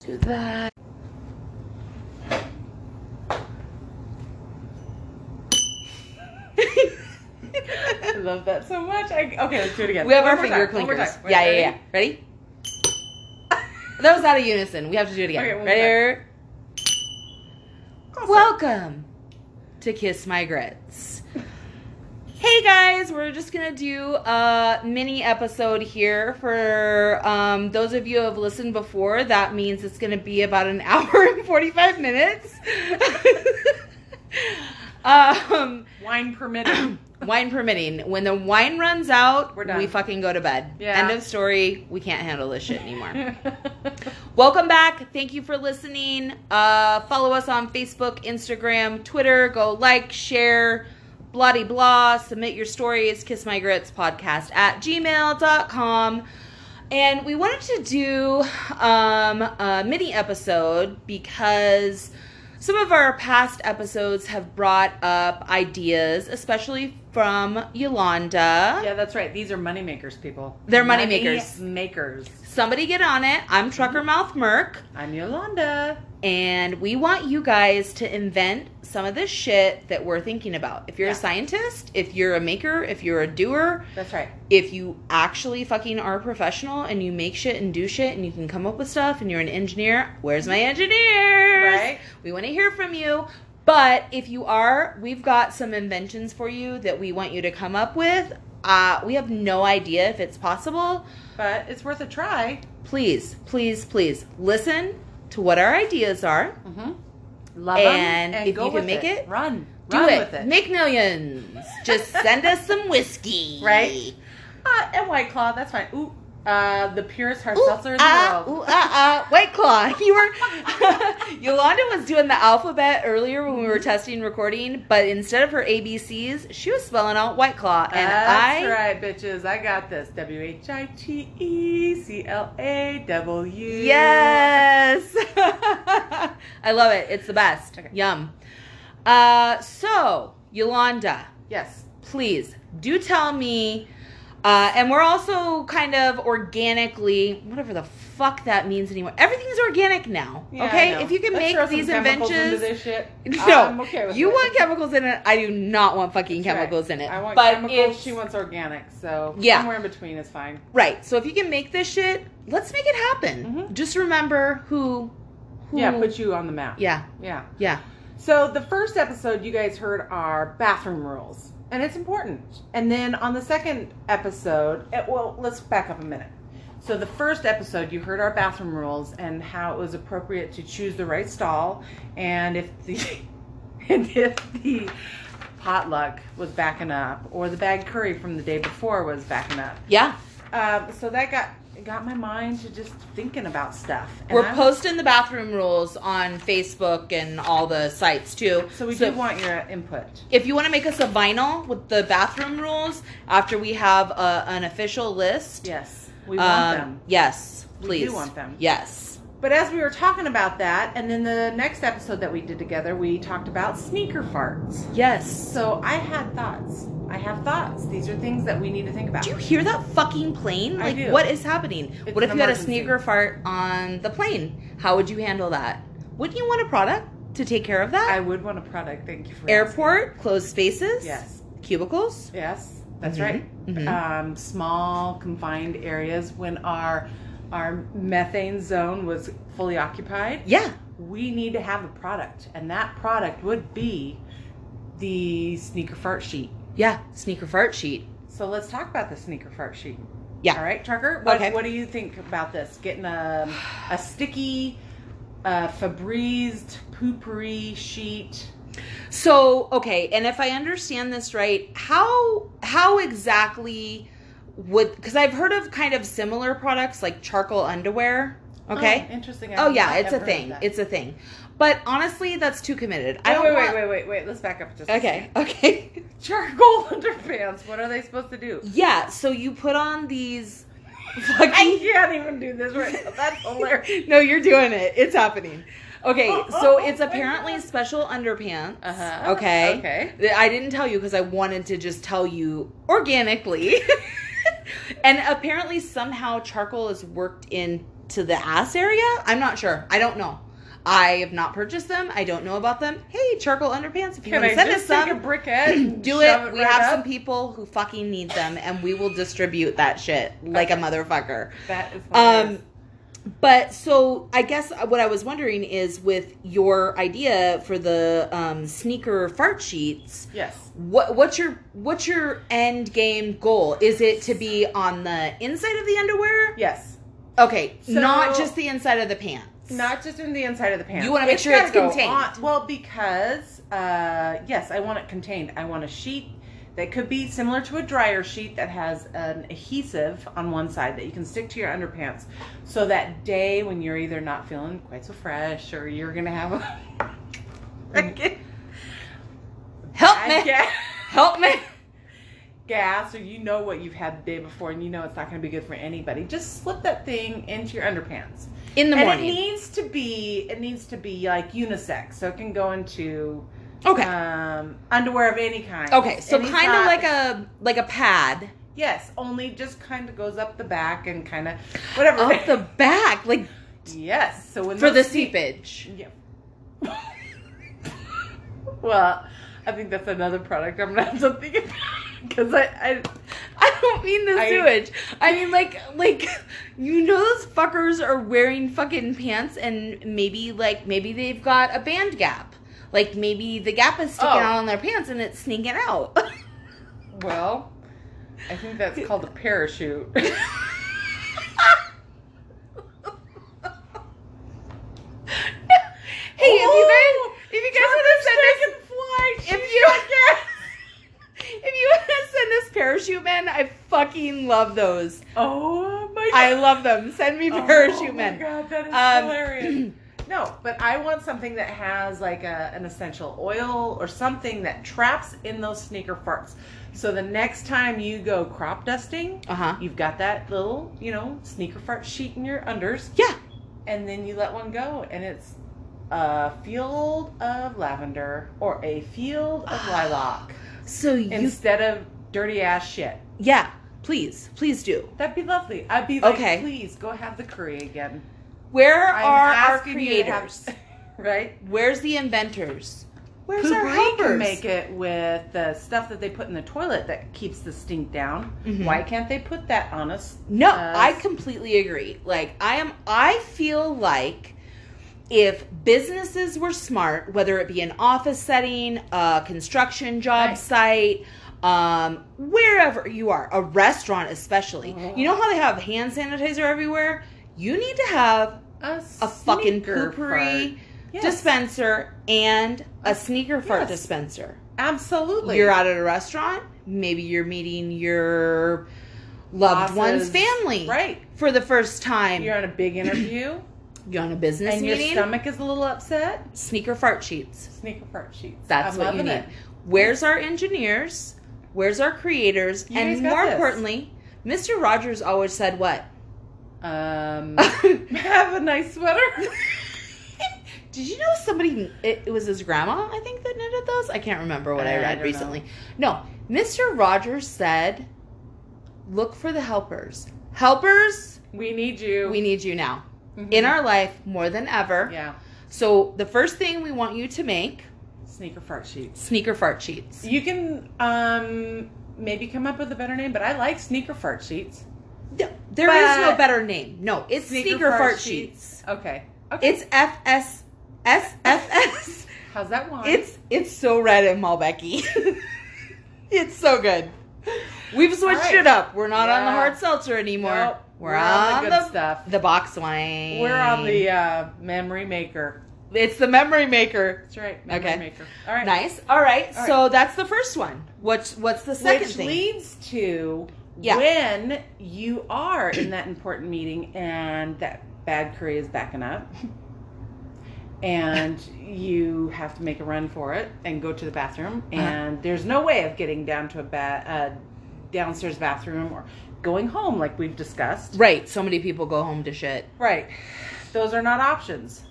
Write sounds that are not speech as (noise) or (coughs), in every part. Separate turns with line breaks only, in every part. Do that.
I love that so much. I, okay, let's do it again.
We have
One
our
more
finger
time. One more
clinkers.
time.
Yeah,
Ready?
yeah, yeah. Ready? (laughs) that was out of unison. We have to do it again.
Okay, one more
Ready?
Awesome.
Welcome to Kiss My Grits. Hey guys, we're just gonna do a mini episode here. For um, those of you who have listened before, that means it's gonna be about an (laughs) hour and 45 minutes. (laughs) um, (coughs)
wine permitted.
wine permitting. When the wine runs out,
We're done.
we fucking go to bed.
Yeah.
End of story. We can't handle this shit anymore. Welcome back. Thank you for listening. Uh, follow us on Facebook, Instagram, Twitter. Go like, share, blah de blah. Submit your stories, Kiss My Grits podcast at gmail.com. And we wanted to do um, a mini episode because some of our past episodes have brought up ideas, especially from Yolanda.
(coughs) yeah, that's right. These are moneymakers, people.
They're money makers.
makers. Makers.
Somebody get on it. I'm Trucker Mouth Merc.
I'm Yolanda.
And we want you guys to invent some of this shit that we're thinking about. If you're a
Yeah.
scientist, if you're a maker, if you're a doer,
That's right.
if you actually fucking are a professional and you make shit and do shit and you can come up with stuff and you're an engineer, where's my engineers?
Right.
We want to hear from you. But if you are, we've got some inventions for you that we want you to come up with. Uh, we have no idea if it's possible.
But it's worth a try.
Please, please, please listen to what our ideas are.
Mm-hmm. Love 'em
And if
go
you can
with
make it,
run,
Do
run
it.
with it.
Make millions. Just send us some whiskey.
Right? uh, and White Claw, that's fine. Ooh, uh, the purest hard
Ooh,
seltzer in the
ah,
world.
ooh, ah, ah. White Claw. (laughs) You were (laughs) Yolanda was doing the alphabet earlier when we
Mm-hmm.
were testing recording, but instead of her ABCs, she was spelling out White Claw, and I
That's right, bitches. I got this. W H I T E C L A W.
Yes. (laughs) I love it. It's the best.
Okay.
Yum. Uh, so Yolanda.
Yes.
please do tell me. Uh, and we're also kind of organically, whatever the fuck that means anymore. Everything's organic now.
Yeah, I know.
okay, if you can
Let's
make
throw some
these
chemicals into
inventions,
this shit,
(laughs) no,
I'm okay with
you
it.
want chemicals in it. I do not want fucking
That's right.
chemicals in it.
I want
but
chemicals.
if-
She wants organic. So
Yeah.
somewhere in between is fine.
right. So if you can make this shit, let's make it happen.
Mhm.
Just remember who, who.
Yeah, put you on the map.
yeah,
Yeah.
yeah.
So the first episode you guys heard are bathroom rules, and it's important. And then on the second episode, eh, well, let's back up a minute. So the first episode you heard our bathroom rules and how it was appropriate to choose the right stall, and if the (laughs) and if the potluck was backing up, or the bag curry from the day before was backing up.
Yeah,
Um, so that got got my mind to just thinking about stuff. And
we're
I'm-
posting the bathroom rules on Facebook and all the sites too.
so we do want your input.
if you want to make us a vinyl with the bathroom rules after we have a, an official list
Yes, we
um,
want them.
yes
We do
please
want them.
yes
But as we were talking about that, and then the next episode that we did together, we talked about sneaker farts.
yes
So I had thoughts. I have thoughts. These are things that we need to think about.
do you hear that fucking plane
I
like
do.
what is happening
It's
what if
an
you had a
emergency.
sneaker fart on the plane how would you handle that wouldn't you want a product to take care of
I
that
would want a product. Thank you for
airport closed spaces
asking. Yes.
cubicles
Yes. That's
Mhm.
right.
Mhm.
Um, small confined areas when our our methane zone was fully occupied.
yeah
we need to have a product, and that product would be the sneaker fart sheet.
yeah sneaker fart sheet
So let's talk about the sneaker fart sheet.
Yeah.
All right, Trucker. What,
Okay.
what do you think about this? Getting a a sticky, uh, Febreze poopery sheet.
So okay, and if I understand this right, how how exactly would because I've heard of kind of similar products like charcoal underwear. Okay.
Oh, interesting. I
Oh,
have
yeah,
not
it's a
ever heard
thing.
of that.
It's a thing. But honestly, that's too committed. I
Wait,
don't
wait,
want-
wait, wait, wait, wait. Let's back up just.
(laughs)
a
Okay.
second. (laughs)
Okay.
Charcoal underpants. What are they supposed to do?
yeah. So you put on these.
I
Fucking.
can't even do this right. now.
(laughs)
That's hilarious.
no, you're doing it. It's happening. Okay,
Oh,
so it's apparently special underpants.
Uh-huh.
Okay.
Okay.
Th- I didn't tell you because I wanted to just tell you (laughs) organically. and apparently, somehow charcoal is worked in to the ass area. I'm not sure. I don't know. I have not purchased them. I don't know about them. Hey, charcoal underpants, if you
Can
want
I
to send us
just
some,
take a briquette? and
(clears throat) do
shove
it. We
right
have some
up?
people who fucking need them, and we will distribute that shit like a motherfucker.
That is
Um,
hilarious.
but so I guess what I was wondering is with your idea for the um, sneaker fart sheets.
yes.
What what's your what's your end game goal? Is it to be on the inside of the underwear?
Yes.
Okay,
So-
not just the inside of the pants.
Not just in the inside of the pants.
You wanna make sure it's
gotta go
contained.
on- Well, because uh, yes, I want it contained. I want a sheet that could be similar to a dryer sheet that has an adhesive on one side that you can stick to your underpants. So that day when you're either not feeling quite so fresh or you're gonna have a (laughs) I get-
help (laughs)
I
me,
get-
help me.
gas or you know what you've had the day before and you know it's not going to be good for anybody just slip that thing into your underpants
In the
and
morning.
it needs to be it needs to be like unisex so it can go into
okay.
um, underwear of any kind
okay. So
Any
kind of
size.
like a like a pad
yes only just kind of goes up the back and kind of whatever
up the back, like
(laughs) yes so when
for the
those feet-
seepage.
(laughs) yeah well I think that's another product I'm (laughs) gonna have to think about because I,
(laughs) I don't mean the
I-
sewage. I mean like like (laughs) you know those fuckers are wearing fucking pants and maybe like maybe they've got a band gap. Like maybe the gap is sticking
Oh.
out on their pants and it's sneaking out. (laughs)
I well I think that's called a parachute. (laughs)
Hey, (laughs)
Oh,
if you guys if you guys want to send us if you if you want to (laughs) send us parachute men, I fucking love those.
(laughs) Oh my god.
I (laughs) love them. Send me parachute men.
Oh my god, that is
Um, (clears throat)
hilarious. No, but I want something that has like a, an essential oil or something that traps in those sneaker farts. So the next time you go crop dusting,
Uh huh.
you've got that little, you know, sneaker fart sheet in your unders,
Yeah.
and then you let one go, and it's a field of lavender or a field of lilac
So you
instead of dirty ass shit.
yeah. Please, please do.
That'd be lovely. I'd be like,
Okay.
please go have the curry again.
Where
I'm
are our
asking you to have-
creators?
(laughs) right?
Where's the inventors? Where's our
Poo-pourri
helpers?
can make it with the stuff that they put in the toilet that keeps the stink down.
Mhm.
Why can't they put that on us?
No,
Uh,
I completely agree. Like I am I feel like if businesses were smart, whether it be an office setting, a construction job
Right.
site, um, wherever you are, a restaurant especially.
Mhm.
You know how they have hand sanitizer everywhere? You need to have
A,
a fucking
sneaker
poopery
fart. Yes,
dispenser and a sneaker fart
Yes.
dispenser.
Absolutely.
You're out at a restaurant, maybe you're meeting your loved one's
Bosses.
family
Right.
for the first time.
You're on a
(clears throat)
big interview
You on a business
and your
meeting?
stomach is a little upset.
Sneaker fart sheets.
Sneaker fart sheets.
That's
I'm
what you
loving
need.
it.
Where's our engineers? Where's our creators?
You guys
and
got
more
this.
importantly, Mr. Rogers always said
(laughs)
what? (laughs)
Um, (laughs)
Did
have a
(laughs)
nice sweater.
you know somebody? It, it was his grandma, I think, that knitted those. I can't remember what I,
I
read
don't know.
recently. No, Mr. Rogers said, "Look for the helpers. Helpers,
we need you.
we need you now
Mhm.
in our life more than ever."
yeah
So the first thing we want you to make
sneaker fart sheets.
sneaker fart sheets.
You can um maybe come up with a better name, but I like sneaker fart sheets.
There is no
But-
better name. No, it's sneaker, fart, sheets.
Okay. Okay.
It's FS SFS.
How's that one?
it's it's so red and Malbecky. (laughs) it's so good. We've switched
All right.
it up. We're not on the
Yeah.
hard seltzer anymore.
Nope.
We're, on,
the
the,
good stuff.
the box wine.
We're on the uh, memory maker.
It's the memory maker.
That's right. Memory
Okay.
maker. All right.
Nice. All right.
All
so that's the first one. What's what's the second
Which
thing?
leads to
Yeah.
when you are in that important meeting and that bad curry is backing (laughs) up. And you have to make a run for it and go to the bathroom, and there's no way of getting down to a ba- uh, downstairs bathroom or going home, like we've discussed.
right. So many people go home to shit.
Right. Those are not options.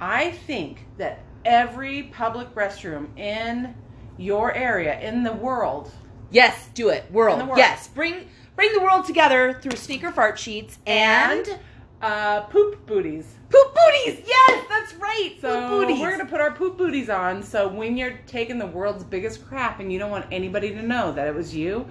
I think that every public restroom in your area, in the world,
Yes, do it. World.
In the world.
Yes, bring bring the world together through sneaker fart sheets and,
and Uh, poop booties.
Poop booties! Yes, that's right.
So
poop booties.
we're gonna put our poop booties on. So when you're taking the world's biggest crap and you don't want anybody to know that it was you,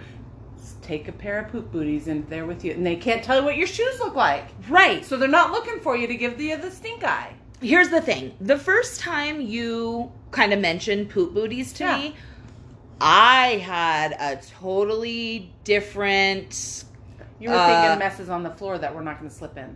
just take a pair of poop booties and they're with you, and they can't tell you what your shoes look like.
right.
So they're not looking for you to give the the stink eye.
Here's the thing. The first time you kind of mentioned poop booties to
Yeah.
me, I had a totally different
You were
Uh,
thinking messes on the floor that we're not gonna slip in.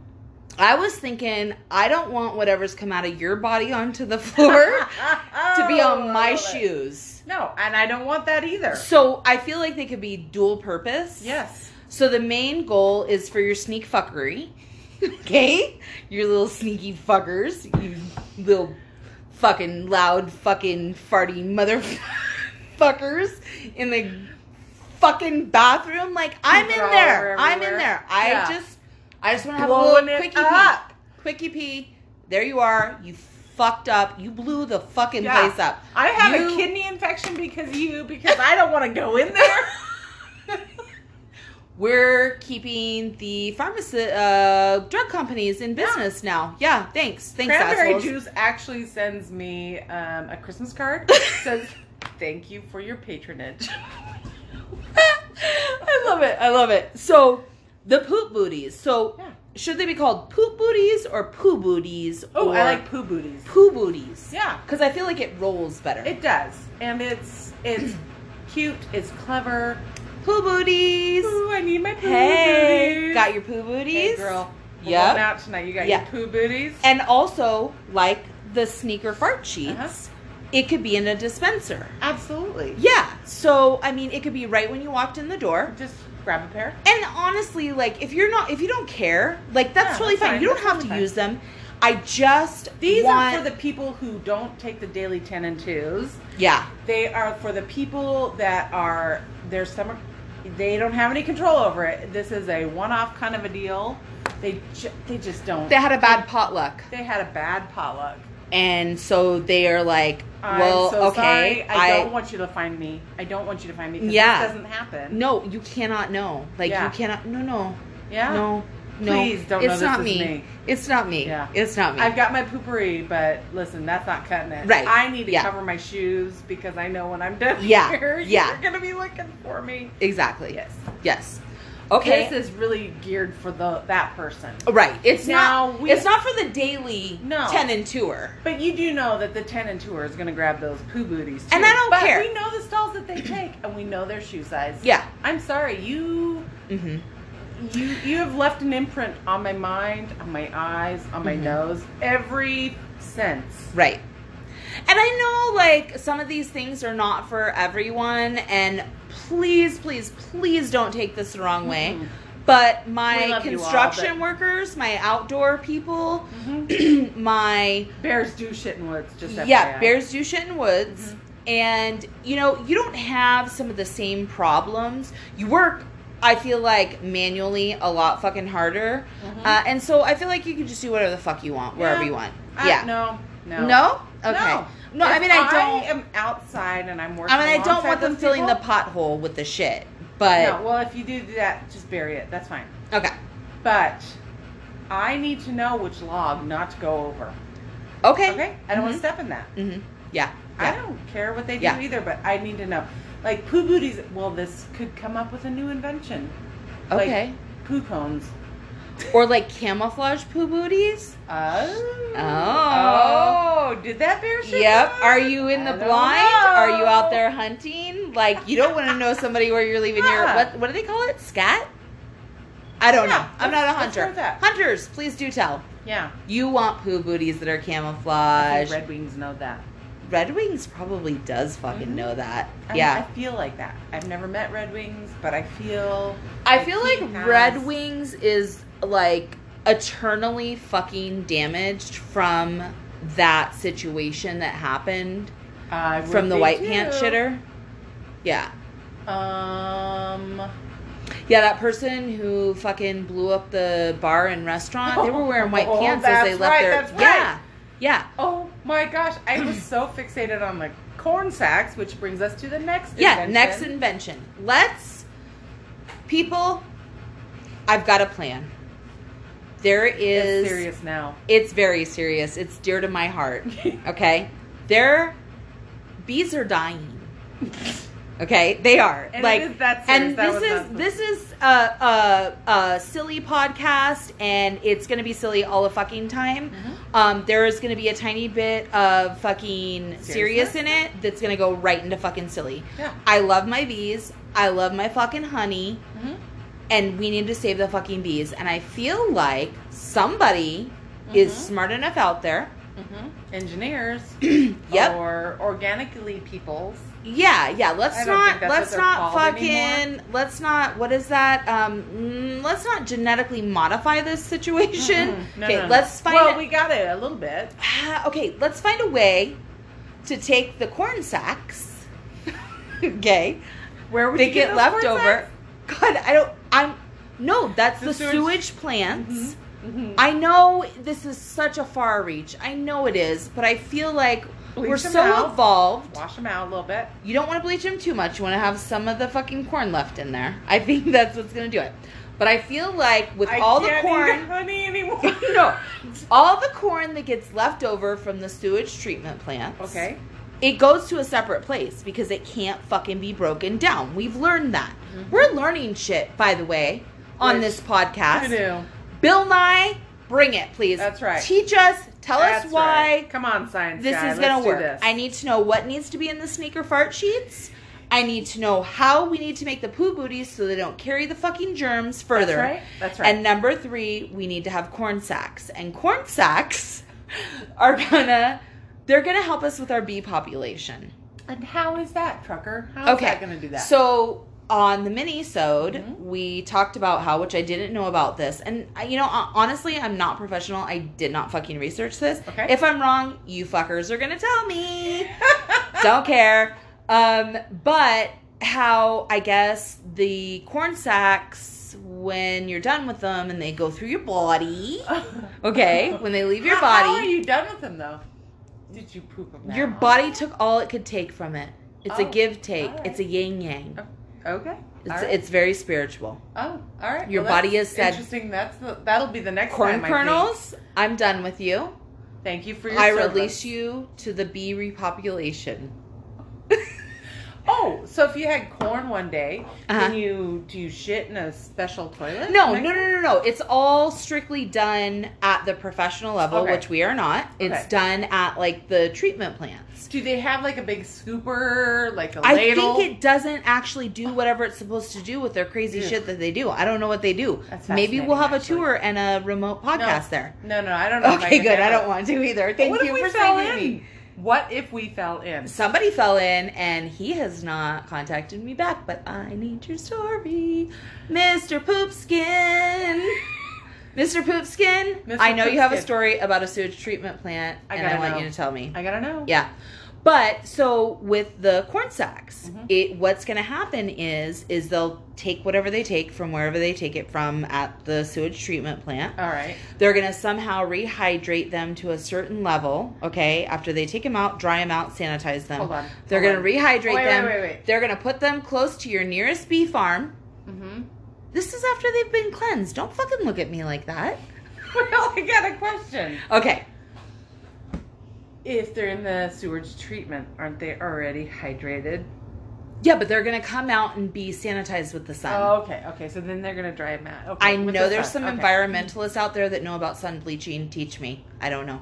I was thinking I don't want whatever's come out of your body onto the
(laughs)
floor (laughs) to be on my
Oh.
shoes.
No, and I don't want that either.
So I feel like they could be dual purpose.
Yes.
So the main goal is for your sneak fuckery. (laughs) Okay? Your little sneaky fuckers. You little fucking loud fucking farty (laughs) motherfuckers in the fucking bathroom. Like I'm in
They're all
there.
over
I'm in
everywhere.
there. I
Yeah.
just I just wanna have a
Blowing
little
it
quickie
up.
pee. Quickie pee. There you are. You fucked up. You blew the fucking
Yeah.
place up.
I have
You-
a kidney infection because of you because I don't want to go in
(laughs)
there.
We're keeping the pharmacy uh, drug companies in business now. Yeah, thanks. Thanks,
Cranberry
assholes.
juice actually sends me um, a Christmas
(laughs)
card. says thank you for your patronage.
I love it. I love it. (laughs) So the poop booties. So
Yeah.
should they be called poop booties or poo booties?
Oh,
or
I like poo booties.
poo booties.
Yeah,
Because I feel like it rolls better.
it does, and it's it's (clears throat) cute. It's clever.
poo booties.
Ooh, I need my poo
hey,
booties.
got your poo booties,
Hey, girl. We're
Yep.
going out tonight. You got
Yeah.
your poo booties.
And also like the sneaker fart sheets.
Uh-huh.
It could be in a dispenser.
Absolutely.
Yeah. So, I mean, it could be right when you walked in the door.
Just grab a pair.
And honestly, like if you're not if you don't care, like that's
Yeah,
totally
that's
fine.
fine.
You don't
That's
have to
totally fine.
use them. I just
These
want,
are for the people who don't take the daily 10 and 2s.
Yeah.
They are for the people that are their stomach they don't have any control over it. This is a one-off kind of a deal. They ju- they just don't.
They had a bad potluck.
They had a bad potluck.
And so they are like,
I'm
well,
so
okay.
sorry. I, don't want you to find me. I don't want you to find me. 'cause
Yeah.
This doesn't happen.
No, you cannot know. Like
Yeah.
you cannot no no.
Yeah.
No. No.
Please don't know
it's
this
not
is
me.
me.
It's not me.
Yeah.
It's not me.
I've got my poopery, but listen, that's not cutting it.
Right.
I need to
Yeah.
cover my shoes because I know when I'm done
Yeah.
here, (laughs)
Yeah.
you're gonna be looking for me.
exactly.
Yes.
Yes. Okay.
This is really geared for the that person.
Right. It's
Now,
not.
we-
it's not for the daily
No.
ten and tour.
But you do know that the tenant tour is gonna grab those poo booties too.
And I don't
But
care.
We know the stalls that they take, and we know their shoe size.
Yeah.
I'm sorry, you.
Mm-hmm.
You you have left an imprint on my mind, on my eyes, on my
Mhm.
nose, every sense.
Right. And I know like some of these things are not for everyone, and please, please, please don't take this the wrong way.
Mhm.
But
We
my
love you all,
construction
but-
workers, my outdoor people, (clears throat)
Mhm.
my
Bears do shit in woods. Just
Mm-hmm. yeah,
FYI. Mm-hmm.
bears do shit in woods. And you know, you don't have some of the same problems. You work, I feel like, manually a lot fucking harder.
Mhm.
Uh, and so I feel like you can just do whatever the fuck you want, wherever
Yeah.
you want.
I-
yeah.
No. No.
No. Okay. No. I
If
mean, I don't.
I am outside and I'm working.
I mean, I don't
alongside
want them
those
filling the
people-
pothole with the shit. But
No. Well, if you do do that, just bury it. That's fine.
okay,
But I need to know which log not to go over.
okay,
Okay. I don't want to step in that.
hmm Yeah,
I
yeah.
don't care what they do
Yeah.
either, but I need to know. Like poo booties. Well, this could come up with a new invention. Like,
okay.
Poo cones.
or like camouflage poo booties.
Oh.
Oh.
Oh, Did that bear shit?
Yep.
come out?
Are you in
I
the
don't
blind? Are you out
know.
there hunting? Like you don't want to know somebody where you're leaving your
Yeah.
what? What do they call it? Scat? I don't
Yeah,
know. I'm not a
let's- let's go
hunter.
with that.
Hunters, please do tell.
Yeah.
You want poo booties that are
I
camouflage.
think Red Wings know that.
Red Wings probably does fucking
Mhm.
know that.
I,
yeah.
I feel like that. I've never met Red Wings, but I feel.
I feel
he
like
has-
Red Wings is like eternally fucking damaged from that situation that happened
uh, I would
from the
be
white
too.
pant shitter. Yeah.
Um.
Yeah, that person who fucking blew up the bar and restaurant, they were wearing white
(laughs) Oh,
pants as they
that's
left
right,
their
that's right.
Yeah. Yeah.
Oh my gosh! I was so fixated on the corn sacks, which brings us to the next.
Yeah,
invention.
next invention. Let's people I've got a plan. There
It's
is.
serious now.
It's very serious. It's dear to my heart. Okay, there, bees are dying. Okay, they are
And
like
it is that serious.
and
That
this
was not
is
supposed-
this is a, a, a silly podcast and it's gonna be silly all the fucking time um, there is gonna be a tiny bit of fucking serious
Seriousness?
in it that's gonna go right into fucking silly
Yeah.
i love my bees i love my fucking honey
Mhm.
and we need to save the fucking bees and i feel like somebody is
Mhm.
smart enough out there
Mhm. Engineers.
(clears throat) Yep.
Or organically peoples.
Yeah, yeah. Let's
I don't
not
think that's
let's
what they're
not
called
fucking
anymore.
let's not what is that? Um mm, let's not genetically modify this situation.
Mm-mm. Mm-hmm. No,
okay,
no, no.
let's find
Well, we got it a little bit.
Ah, (sighs) okay, let's find a way to take the corn sacks. (laughs) okay.
Where would
They
you
get
get, those
left
corn
over. God, I don't I'm no, that's the,
The
sewage,
sewage-
plants.
sacks? Mhm.
I know this is such a far reach. I know it is, but I feel like
Bleach
we're
them
so
out.
evolved
Wash them out a little bit.
You don't want to bleach them too much. You want to have some of the fucking corn left in there. I think (laughs) that's what's gonna do it. But I feel like with
I
all the
can't eat
corn,
honey anymore.
(laughs) no, all the corn that gets left over from the sewage treatment plants,
Okay.
it goes to a separate place because it can't fucking be broken down. We've learned that.
Mhm.
We're learning shit, by the way, on
Which-
this podcast.
I do.
Bill Nye, bring it, please.
That's right.
Teach us. Tell
That's
us why
right. Come on, science
this
guy.
is going
Let's
to
do
work.
this.
I need to know what needs to be in the sneaker fart sheets. I need to know how we need to make the poo booties so they don't carry the fucking germs further.
That's right. That's right.
And number three, we need to have corn sacks. And corn sacks (laughs) are gonna they're gonna help us with our bee population.
And how is that, trucker? How is
okay.
that going to do that? (laughs)
So on the mini sode
Mhm.
we talked about how which i didn't know about this and I- you know hon- honestly i'm not professional i did not fucking research this
Okay.
if i'm wrong you fuckers are gonna tell
(laughs)
me don't care. Um, but how I guess the corn sacks when you're done with them and they go through your body.
(laughs)
Okay, when they leave your
How- How are
body,
you done with them though? Did you poop them?
your
out?
body took all it could take from it. It's a
Oh,
give take.
all right.
It's a yin yang.
Okay.
It's,
all right.
it's very spiritual.
oh, all right.
your
Well, that's
body has said-
Interesting. That's the, that'll be the next
Corn
time, I think.
kernels. I'm done with you.
Thank you for your.
I
service.
release you to the bee repopulation.
Oh, so if you had corn one day,
Uh-huh.
can you do you shit in a special toilet?
No,
next
no, no,
time?
no, no. It's all strictly done at the professional level,
Okay.
which we are not. It's
Okay.
done at like the treatment plants.
Do they have like a big scooper, like a
I
ladle?
think it doesn't actually do whatever it's supposed to do with their crazy
Ew.
shit that they do. I don't know what they do.
That's
Maybe we'll
fascinating,
have
actually.
a tour and a remote podcast there.
No, no, I don't know. if
Okay,
could
good. I
handle
don't
it.
want to either. Thank
what
you
if we
for
fell
saving
in?
me.
What if we fell in?
Somebody fell in and he has not contacted me back, but I need your story. Mr. Poopskin.
(laughs)
Mr. Poopskin,
Mr.
I know you have a
Poopskin.
story about a sewage treatment plant
I
and I
gotta
want
know.
you to tell me.
I gotta know.
Yeah. But so with the corn sacks,
Mhm.
it what's going to happen is is they'll take whatever they take from wherever they take it from at the sewage treatment plant.
All right.
They're going to somehow rehydrate them to a certain level, okay? After they take them out, dry them out, sanitize them.
Hold on.
They're
Hold
going to
on.
rehydrate
Wait,
them.
wait, wait,
They're going to put them close to your nearest bee farm.
wait.
Mm-hmm.
(laughs) hmm
This is after they've been cleansed. Don't fucking look at me like that.
Well, I got a question.
Okay.
If they're in the sewage treatment, aren't they already hydrated?
Yeah, but they're going to come out and be sanitized with the sun.
Oh, okay, okay. So then they're gonna dry them out. Okay,
I
with
know
the
there's
sun.
some
Okay.
environmentalists out there that know about sun bleaching. Teach me. I don't know.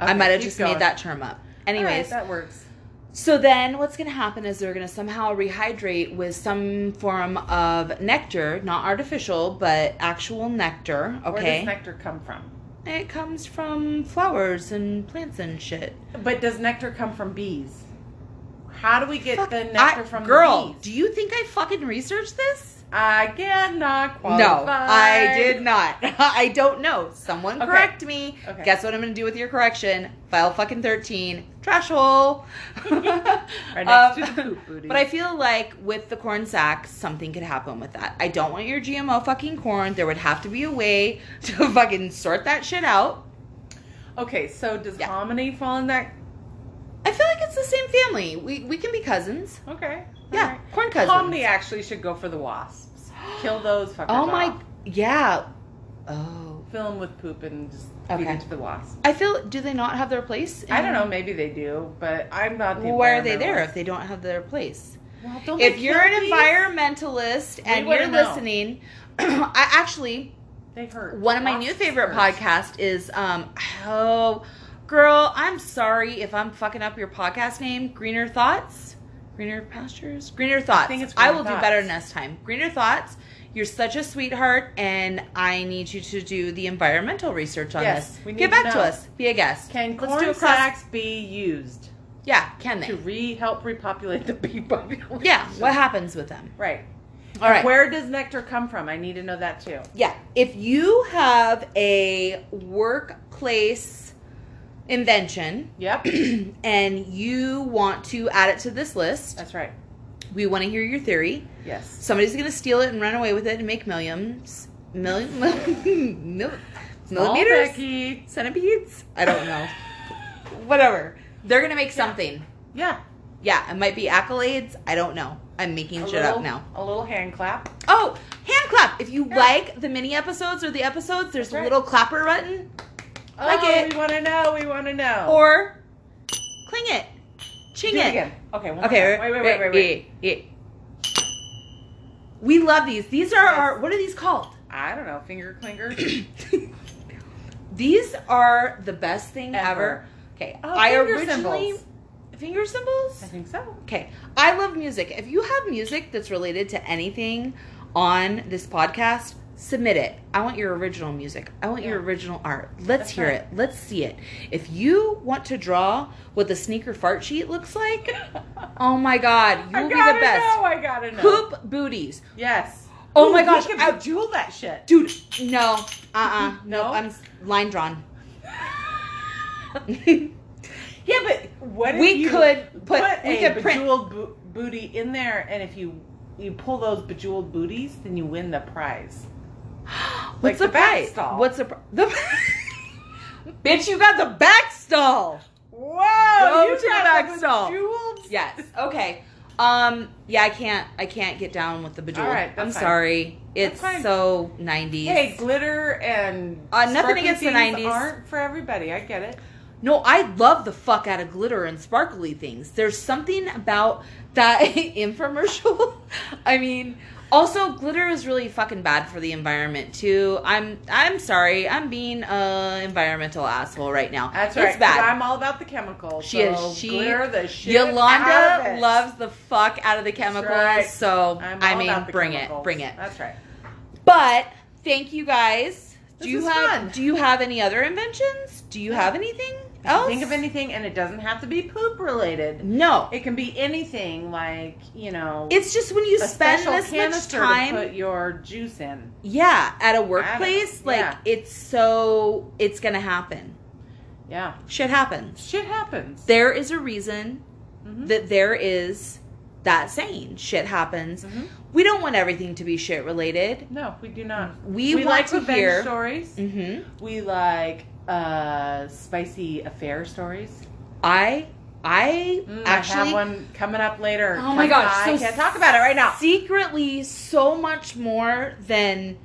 I
Okay,
might have
keep
just
going.
made that term up.
All right,
Anyways,
that works.
So then what's going to happen is they're going to somehow rehydrate with some form of nectar, not artificial, but actual nectar,
Where does
okay?
nectar come from?
it comes from flowers and plants and shit.
But does nectar come from bees? How do we get
Fuck,
the nectar
I-
from the
Girl,
bees?
do you think I fucking researched this?
I cannot qualify.
No, I did not. (laughs) I don't know. Someone
Okay.
correct me.
Okay.
Guess what I'm going to do with your correction? File fucking 13. Trash hole.
(laughs)
Um,
Right next to the poop booty.
But I feel like with the corn sacks, something could happen with that. I don't want your GMO fucking corn. There would have to be a way (laughs) to fucking sort that shit out.
(laughs) Okay, so does
Yeah.
hominy fall in that?
I feel like it's the same family. We, we can be cousins.
Okay.
yeah,
alright.
corn cousins.
Hominy
(gasps)
actually should go for the wasps. Kill those fuckers.
Oh my.
off.
Yeah. Oh.
fill them with poop and just feed
Okay.
it to the wasp.
I feel. Do they not have their place?
I don't know. Maybe they do, but I'm not. the
Why are they there if
environmentalist.
they don't have their place?
Well, don't
if
they
you're
kill
an
bees?
environmentalist and
wanna
you're
know.
listening, (clears throat) I actually
they hurt.
One of my new
Wasps
favorite
hurt.
podcasts is um oh girl, I'm sorry if I'm fucking up your podcast name. Greener Thoughts? Greener Pastures? Greener Thoughts. I,
think it's Greener
will do
Thoughts.
better next time. Greener Thoughts. You're such a sweetheart and I need you to do the environmental research on
Yes,
this.
we need
Get
to
back to
know.
us. Be a guest.
Can
Let's
corn
do a cross-
sacks be used
Yeah, can they?
to re help repopulate the bee population?
Yeah, what happens with them?
Right.
All right.
Where does nectar come from? I need to know that too.
Yeah. If you have a workplace invention
Yep.
(clears throat) and you want to add it to this list,
That's right.
we want to hear your theory.
Yes.
Somebody's going to steal it and run away with it and make millions. Million, (laughs) mil,
Small
millimeters?
Becky.
Centipedes? I don't
(laughs)
know. Whatever. They're going to make something.
Yeah.
Yeah, it might be accolades. I don't know. I'm making
A
shit
little,
up now.
A little hand clap.
Oh, hand clap. If you
Yeah.
like the mini episodes or the episodes, there's
That's right.
a little clapper button Like
oh,
it.
We want to know. We want to know.
or cling it. Ching
Do Oh. it
it.
again. Okay. One more
Okay,
time. Wait. Wait. Wait. Wait. Wait.
yeah, yeah. We love these. These are
Yes.
our, what are these called?
I don't know. Finger
(coughs)
clinger.
these are the best thing ever.
Ever.
Okay,
Oh,
I
finger
originally.
symbols.
Finger
I
symbols?
think so. (laughs)
Okay, I love music. If you have music that's related to anything on this podcast, submit it. I want your original music. I want your
Yeah.
original art. Let's
That's
hear
right.
it. Let's see it. If you want to draw what the sneaker fart sheet looks like, oh my god, you
I
will be
gotta
the best.
know. I gotta know.
Poop booties.
Yes.
Oh
Ooh,
my
we
gosh,
could
I-
bejewel that shit.
Dude, no. Uh uh
No?
No, I'm s- line
(laughs)
drawn.
(laughs) Yeah, but what if
We
you
could put- we
a
could print-
bejeweled bo- booty in there, and if you you pull those bejeweled booties, then you win the prize. Like
What's the
the back
price?
stall.
What's the, pr- (laughs) the Bitch, you got the back stall.
Whoa!
Go
you
to the
got
back
the
stall.
Bejeweled.
Yes. Okay. Um yeah, I can't I can't get down with the bejeweled.
All right, that's
I'm
fine.
sorry. It's
fine.
so 90s.
Hey, glitter and
Uh, nothing
sparkly
against the
things
90s.
aren't for everybody. I get it.
No, I love the fuck out of glitter and sparkly things. There's something about that (laughs) infomercial. I mean, also glitter is really fucking bad for the environment too. I'm I'm sorry. I'm being a environmental asshole right now.
That's
It's
right. 'cause
bad.
I'm all about the chemicals.
She is-
so
she-
glitter the shit out of
Yolanda
it.
loves the fuck out of the chemicals,
right.
so
I'm
I
all
mean,
about the
bring it,
chemicals.
bring it.
That's right.
But thank you guys.
This
do you
was
have
fun.
do you have any other inventions? Do you have anything else?
Think of anything, and it doesn't have to be poop related.
No.
It can be anything, like you know,
It's just when you
a
spend
special
this much
canister
time,
to put your juice in.
yeah, at a workplace, like
yeah.
it's so it's gonna happen.
Yeah,
Shit happens.
shit happens.
There is a reason
Mhm.
that there is that saying. Shit happens.
Mhm.
We don't want everything to be shit related.
No, we do not.
We, want
like
to
revenge
hear.
stories.
hmm
We like uh spicy affair stories.
I I
Mm,
actually
I have one coming up later.
Oh my gosh,
I
so
can't talk about it right now.
secretly so much more than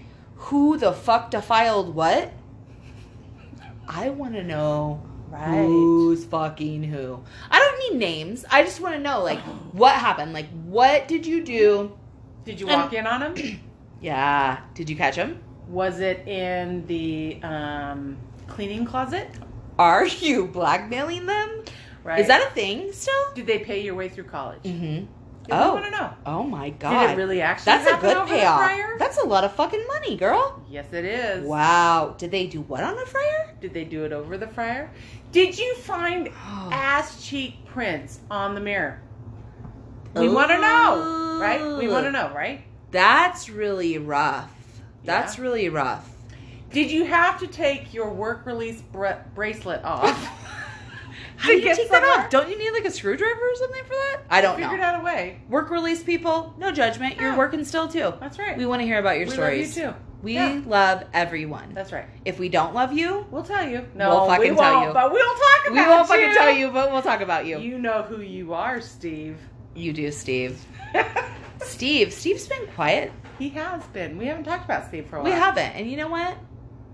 who the fuck defiled what. I want to know
Right.
who's fucking who. I don't need names. I just want to know
(sighs)
like what happened. Like what did you do?
Did you
And-
walk in on him?
Yeah, did you catch him?
(clears throat) Was it in the um cleaning closet?
Are (laughs) you blackmailing them?
Right.
Is that a thing still?
Did they pay your way through college?
Mhm.
I
Oh.
want to know.
Oh my
Did
god.
it really actually
That's a
happen
good
over the fryer?
payoff. That's a lot of fucking money, girl.
yes, it is.
Wow. Did they do what on the fryer?
Did they do it over the fryer? Did you find
Oh.
ass cheek prints on the mirror? We want to know, right? We want to know, right?
That's really rough. That's
Yeah.
really (laughs) rough.
Did you have to take your work release bra-
(laughs)
bracelet off?
How do you
get
take that
somewhere?
off? Don't you need like a screwdriver or something for that? I don't
Figured
know.
out a way.
Work release people, no judgment. You're
Yeah.
working still too.
That's right.
We want to hear about your
We love you
stories.
too.
We
Yeah.
love everyone.
That's right.
if we don't love you,
We'll tell you.
We'll
No,
fucking
we won't.
tell you.
But we'll talk about
we won't
you.
fucking tell you, but we'll talk about you. You,
You know who you are, Steve.
(laughs) do, Steve. Steve, Steve's been quiet.
he has been. We haven't talked about Steve for a while.
We haven't. And you know what?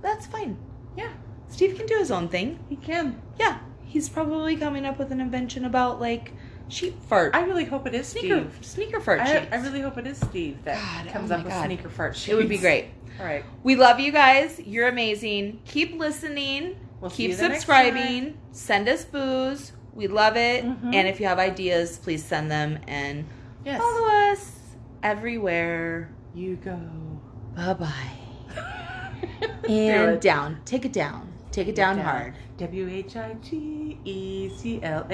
that's fine.
Yeah,
Steve can do his own thing.
he can.
Yeah, he's probably coming up with an invention about like sheep fart,
I really hope it is
sneaker
Steve.
sneaker fart
I,
sheets.
I really hope it is Steve that
God,
comes
oh
up
my
with
God.
sneaker fart sheets.
it would be great.
All right.
We love you guys. You're amazing. Keep listening.
We'll see
Keep
you the next
subscribing. Send us booze. We love it.
Mhm.
And if you have ideas, please send them and
Yes.
follow us everywhere.
You
(laughs)
go.
Bye bye.
Do
And
it.
down. Take it down. Take it down hard.
W H I G E C L A.